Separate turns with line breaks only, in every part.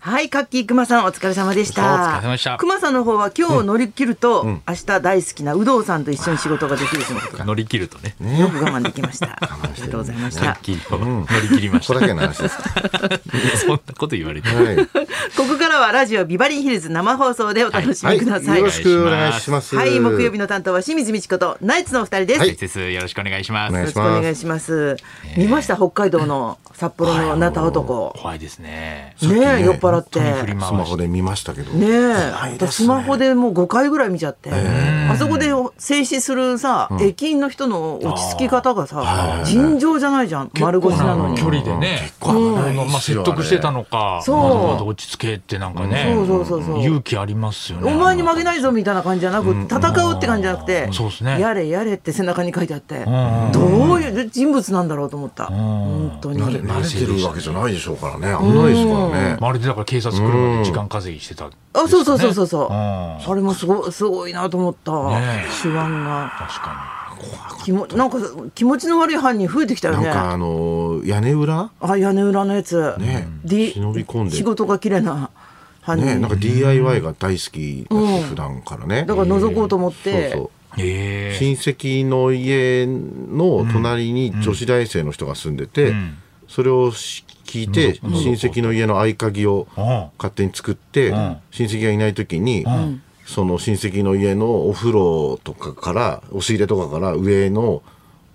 はい、カッキー熊さんお疲れ様でした。
お疲れ様でした
熊さんの方は今日乗り切ると、
ん
明日大好きな有働さんと一緒に仕事ができるとのことが
乗り切るとね。
よく我慢できました。ありがとうございまし
さ
た
っ。き乗り切りまし
これ
た。
だけの話です。は
そんなこと言われ て。
い。
ここからはラジオビバリーヒルズ生放送でお楽し
は
みくださ
い。
い。
よ
は
ろ
い、
しくお願いします。
木曜日の担当は清水美智子とナイツのお二人です。
は
よ
い
解説よろしくお願いします。
お願
ろ
い
し
し
くお
ます
願いします。見ました北海道の札幌のなた男。
怖いですね。
ねえ、
さっきね
酔っ払って。
本当に振り回
スマホで見ましたけど。
ねえ、
怖いですね
私スマホでもう5回ぐらい見ちゃって、あそこで静止するさ、駅員の人の落ち着き方がさ、尋常じゃないじゃん、丸腰なのに。
結構距離でね。結
構危ないですよ
まあ説得してたのか。
そう
まだまだ落ち着けってなんかね。
そうそうそうそう
勇気ありますよね。
お前に負けないぞみたいな感じじゃなく、戦うって感じじゃなくて
うんそうっす、ね
やれやれって背中に書いてあって、
ん
どういう人物なんだろうと思った。本当に。
慣れ慣れてるわけじゃないでしょうからね。危ないですからね。
まるでだから警察来るまで時間稼ぎしてたんですかね。
あ、そうそうそうそうそう。
ん
あれもすごすごいなと思った。
ねえ
手腕が
確か
気もなんか気持ちの悪い犯人増えてきたよ
なん
ね。
かあの屋根裏
あ屋根裏のやつ、
ね
D
忍び込んで
仕事が綺麗な犯人、
ねなんか DIY が大好きだし普段からね。
だから覗こうと思って、
そうそう。
に。ええ。
親戚の家の隣に女子大生の人が住んでて、
ん
それをし聞いて、親戚の家の合鍵を
うん
勝手に作って、
ん
親戚がいない時に、その親戚の家のお風呂とかから押し入れとかから上の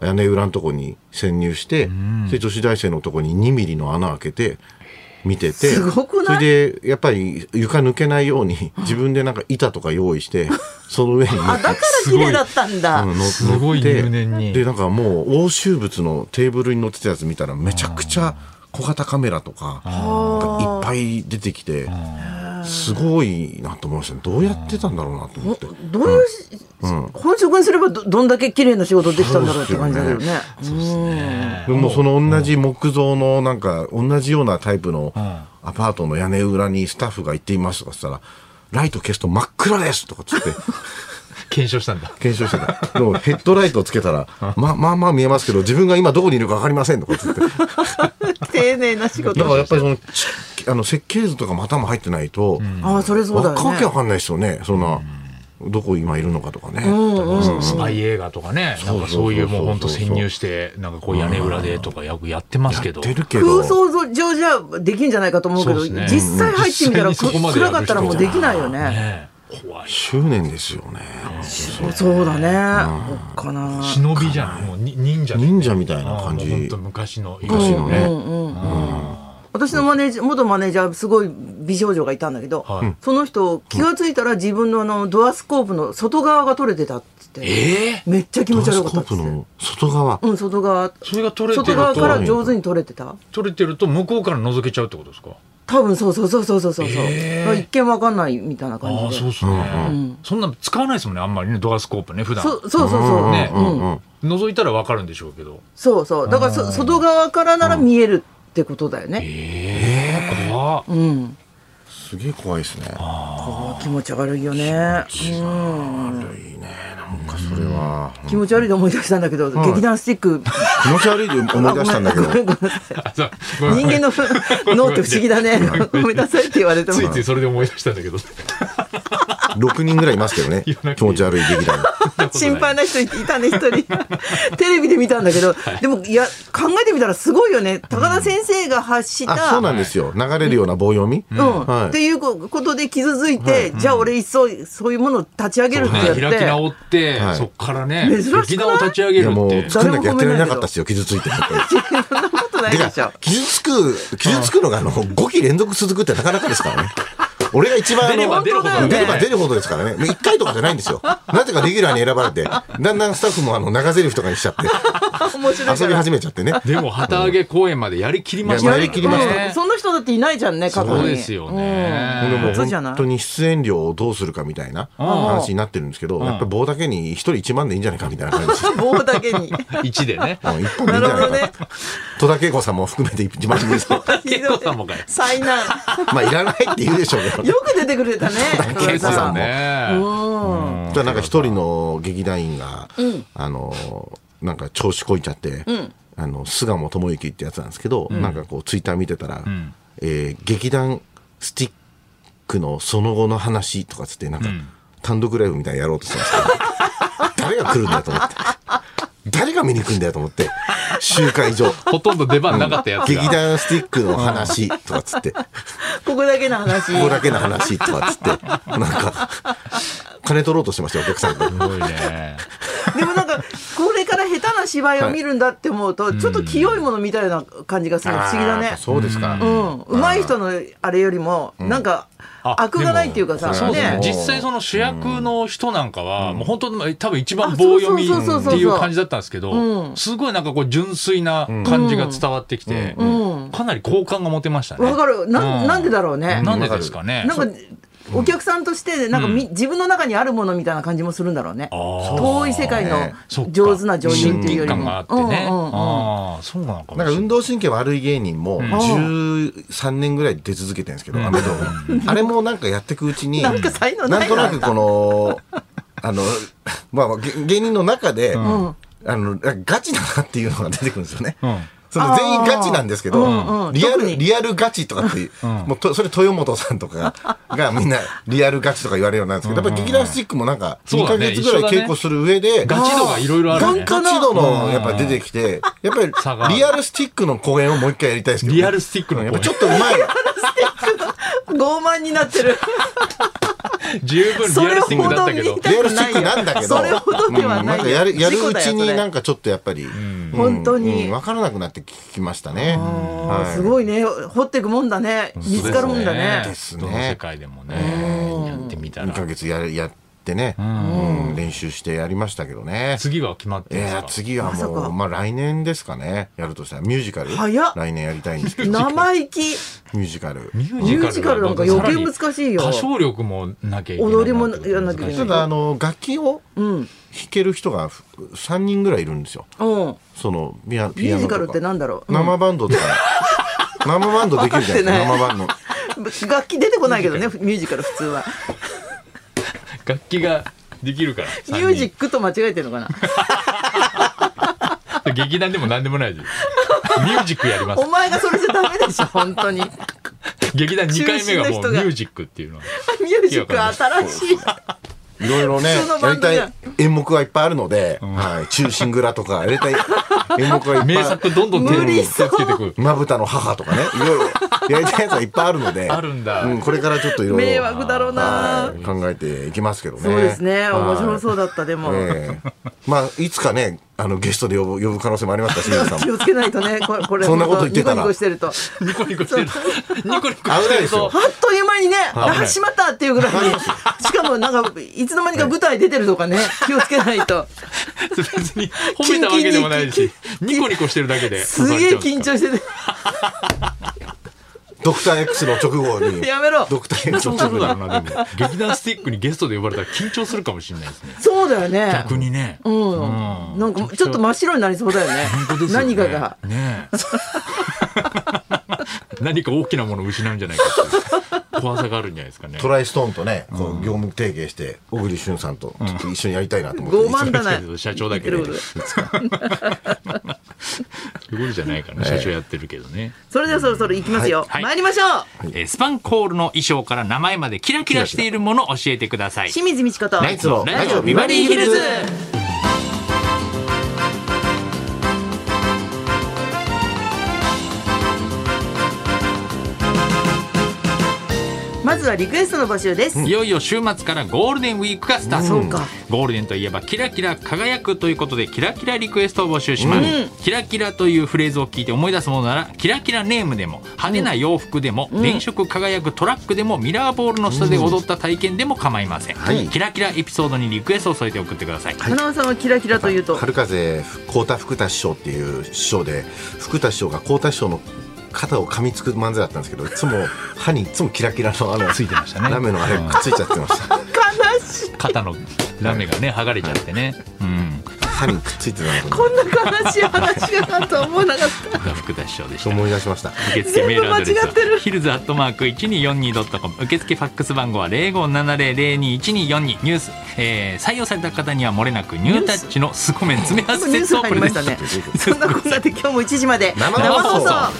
屋根裏のとこに潜入して、で女子大生のとこに2ミリの穴開けて。見てて
すごくない
それでやっぱり床抜けないように自分でなんか板とか用意 してその上に乗っ
あだから綺麗だったんだ、
うんの
すごい
乗って
入念に
でなんかもう押収物のテーブルに乗ってたやつ見たらめちゃくちゃ小型カメラとかなんかいっぱい出てきてすごいなと思いましたねどうやってたんだろうなと思って。
どういうし、本職にすればどどんだけ綺麗な仕事できたんだろうって感じだけどね
でもその同じ木造のなんか同じようなタイプのアパートの屋根裏にスタッフが行っていますとかしたら「ライト消すと真っ暗です」とかつって
検証したんだ。
検証してた。でもヘッドライトつけ たら「ままあまあ見えますけど自分が今どこにいるか分かりません」とかつ って
うん丁寧な仕
だからや
事
っぱりそのちあの設計図とかまたも入ってないと、
ああそれそうだ
わかわけ
よ
わ
ね
かんないですよねそんな、どこ今いるのかとかね、
スパイ映画とかね、なんかそういうもう本当潜入して、なんかこう屋根裏でとかよくやってますけ
やっ
ど。
てるけど
空想上じゃできんじゃないかと思うけど
そうですね
実際入ってみたら、
うん実際にそこまでや
暗
る人
かったらもうできないよね
ねえ怖い。
執念ですよね
そうそうだね、そっかな
忍びじゃん。もうに忍者だよね
忍者みたいな感じ
ああもうほんと昔の。
昔のね、
私のマネージャー元マネージャーすごい美少女がいたんだけど、
はい
その人気がついたら自分のあのドアスコープの外側が取れてたっつって、
ええ
めっちゃ気持ち
ドラ
悪
ス
かっ
コ
たっつ
ープ
って
の外側、
うん外側
それが取れて
外
る
側
と、
から上手に取れてた
取れてると向こうから覗けちゃうってことですか
多分そうそうそうそうそうそう、
えー
一見わかんないみたいな
あ
感
あ、
じ
そう
で
っすね。そんな使わないですもんね、あんまりね、ドアスコープね、普段。
そうそうそうそう、
ね
うんうん
覗いたらわかるんでしょうけど。
そうそうだからそ外側からなら見えるってことだよね、
ええ怖っ
うん
すげえ怖いですね
あー気持ち悪いよね、うん、
悪いねなんかそれは、
気持ち悪いと思い出したんだけど、劇団スティック
気持ち悪いで思い出したんだけ ど
あごめんごめんなさい
あそうごめ
人
ん
間の脳って不思議だね。ごめんなさいって言われても
つ。いついそれで思い出したんだけど。
6人ぐらいいますけどね
言わなくていい
気持ち悪い 劇団
心配な人いたね、一人。テレビで見たんだけど、でも、いや、考えてみたらすごいよね。高田先生が発し
あ
た、
そうなんですよ流れるような棒読み、
うん
はい
っていうことで傷ついて、じゃあ俺いっそそういうものを立ち上げるって
ね
やっ
開き直
て、
って、
はい
そっからね
珍しくない
劇団を立ち上げ
い
る
や
っ
も
て
う作んなきゃやってられなかったですよ傷ついて
そんなことない
て
でしょ
か。傷つく傷つくのがあの5期連続続くってなかなかですからね 俺が一番あの
出れば出るほど
本当
出
だよ
れ
ね
ば出るほどですからね1回とかじゃないんですよ なぜかレギュラーに選ばれてだんだんスタッフもあの長台詞とかにしちゃ って
面白いか
遊び
ら。
始めちゃってね
でも旗揚げ公演までやりきりましたから
やりきりました
うんその人だっていないじゃんね、過去に。
そうですよね
でも
そうじゃない
本当に出演料をどうするかみたいな話になってるんですけどやっぱ棒だけに1人1万でいいんじゃないかみたいな感じです
うん棒だけに。
1 でね
1本でいいん
なる
じゃ
ほど
ない
ね
か戸田恵子さんも含めて1万です
恵子さんもかい
災難。
まあいらないって言うでしょうけど
よく出てくれたね。
恵子さんも
ね
じゃあなんか一人の劇団員が、あのなんか調子こいちゃって、あの巣鴨智之ってやつなんですけど、なんかこうツイッター見てたら、えー劇団スティックのその後の話とかつってなんか単独ライブみたいなのやろうとしたんですけど、 誰が来るんだよと思って誰が見に来るんだよと思って集会所
ほとんど出番なかったやつ
劇
が。
団スティックの話とかつってこ
ここだけの話
こだけの話とかつってなんか金取ろうとしてましたよお客さんが
すごいね。
でもなんかこれから下手な芝居を見るんだって思うと、ちょっと清いものみたいな感じがする不思議だ
あー
ね。
そうですか、
うん、上手い人のあれよりも、なんか
あ
悪がないっていうかさ、
でも
そうですね
ね。
実際その主役の人なんかは、もう本当に多分一番棒読みっ
あそうそうそうそうそう
ていう感じだったんですけど、
うん
すごいなんかこう純粋な感じが伝わってきて、
うん、
かなり好感が持てましたね。
わかる、な
うん
ん、なんでだろうね。
なんでですかね。
なんか、お客さんとして、なんかみ、自分の中にあるものみたいな感じもするんだろうね。遠い世界
ね
そっか
の上手な女優っていうより
親近感があ
も
っ。てね。
うんうんうん
ああ、そうなのかもしれな
なんか
い。
運動神経悪い芸人も13年ぐらい出続けてるんですけど、アメ動画あれもなんかやってくうちに、
なんか才能ない
んとなくこの、あの、まあまあ、げ芸人の中で、あの、ガチだなっていうのが出てくるんですよね。
ん
その全員ガチなんですけど、
うんうん
リア
特
ル、
に
リアルガチとかっていう、もうとそれ豊本さんとか がみんなリアルガチとか言われるようになるんですけど、やっぱり劇団スティックもなんか
そう
2
だ
ヶ
ね
月ぐらい稽古する上で、
ガチ度がいろいろあるね。
ガチ度のやっぱ出てきて、やっぱ
差がある
りリアルスティックの公演をもう一回やりたいですけど。
リアルスティックの公
や
演
っぱちょっとうまい。
傲慢になってる。
十分
そ
リア
れ
ル
ほ
スティックだっ
ど
たけ
見
ど
た。
リアル
く
ステ
な
ィッ
い
ク
よ。
なんだけど。
それほどでは
な
なんい
かやる、やるうちになん
か。
かちょっとやっぱり、うん
本当に
うんわからなくなって聞きましたね。
あーす
い。
ごいね、掘っていくもんだね。見つかるもんだね。
ですね
どの世界でもね、やってみた
2ヶ
ら。
月ややってね、うん練習してやりましたけどね。
次は決まって
い
るんです
や
か
次は
まさ
も
か
う、まあ来年ですかね。やるとしたらミュージカル。
早っ
来年やりたいんですけど、
生意気。
ミュージカル。
ミ
ミュージカルなんか余計難しいよ
歌唱力もなきゃいけない。
踊りもやんなきゃいけない
ただ、あの、楽器を
うん。
弾ける人が3人ぐらいいるんですよ。
うん。
そのピア
ミュージカル
ピアノとか
ってなんだろう。
生バンドとか、生バンドできるじゃないですか
わ
生バンド
うん楽器出てこないけどね、ミュージカル普通は。
楽器ができるから。
ミュージックと間違えてるのかな。
三人劇団でも何でもな いです。ミュージックやりま
お
す。
前がそれじゃダメでしょ、本当に。ミ
劇団2回目がも
中心の人
うミ
が
ュージックっていうのは。
ュージックは新しい。
いろいろね
普通の
や
バン
り
ド
た
じゃん
い演目はいっぱいあるので、はい、中心蔵とかやりたい演目はいっ
名
ぱ
作どんどん手を
無理
手
そう
をつけてくる
い。まぶたの母とかねいろいろやりたいやつはいっぱいあるので
あるんだ
うん、これからちょっといろい
迷
ろ
惑だろうな
は。
い
考えていきますけどね
そうですね、面白そううだった、でも。
まあいつかねあのゲストで呼ぶ呼ぶ可能性もありますから清水さんも
気をつけ ないとね、これ、これ、
そんなこと言ってたら
ニコニコしてると。あ
ニコニコしてる。ニコニコ
危
し
な
て
いで
る
すよ
と。
っという間にね、
ない
あ、しまったっていうぐらいに、しかもなんか、いつの間にか舞台出てるとかね、気をつけないと。
別に褒めたわけでもないし、ニコニコしてるだけで。
すげえ緊張してて。
ドクター X の直後に
やめろ
ドクター X の
緊張
直
する
後に
だろうな、でも。劇団スティックにゲストで呼ばれたら緊張するかもしれないですね。
そうだよね。
逆にね。
う
本
ん。なんか、ちょっと真っ白になりそうだよね。
当ですよ
何
ね
かが。。
ね え何か大きなものを失うんじゃないかっていう怖さがあるんじゃないですかね。
トライストーンとね、こう業務提携して、小栗旬さんとちょっと一緒にやりたいなと思って。
傲慢だな。
社長だけど
言ってること
すごいじゃないかな、社長やってるけどね。
それではそろそろ行きますよ。
はい
参りましょう、
えースパンコールの衣装から名前までキラキラしているものを教えてください。
清水美智子と。
ナイツの
ラ
ラ
ジ
ジ
オ
オ
ビ
ビ
バ
バ
リ
リ
ー
ー
ヒ
ヒ
ル
ル
ズ
ズ。
まずはリクエストの募集です。
いよいよ週末からゴールデンウィークがスタート、
そうか
ゴールデンといえばキラキラ輝くということでキラキラリクエストを募集します、キラキラというフレーズを聞いて思い出すものならキラキラネームでも派手な洋服でも、電飾輝くトラックでもミラーボールの下で踊った体験でも構いません、
はい
キラキラエピソードにリクエストを添えて送ってください、
花輪さんはキラキラというと。
春風幸田福田師匠っていう師匠で、福田師匠が幸田師匠の肩を噛みつく漫才だったんですけど、い つも歯にいつもキラキラのあの
ついてましたね
ラメのあれくっついちゃってました。
悲しい。
肩のラメがね剥がれちゃってね、うん
歯にくっついてた の
こんな悲しい話があるとは思わなかった。
福田師匠でし
と
た
思い出しました。
受付メールアドレス
全部間違って
は
る
ヒルズアットマーク 1242.com 受付ファックス番号は0570021242ニュース、えー採用された方にはもれなくニュータッチのスコメン詰め合わせ
ニュ
セ
ース
ットを
入
プ
り
レ
ま
ゼ
した
ント
ね。そんなこんなで今日も1時まで
生放送
生放送。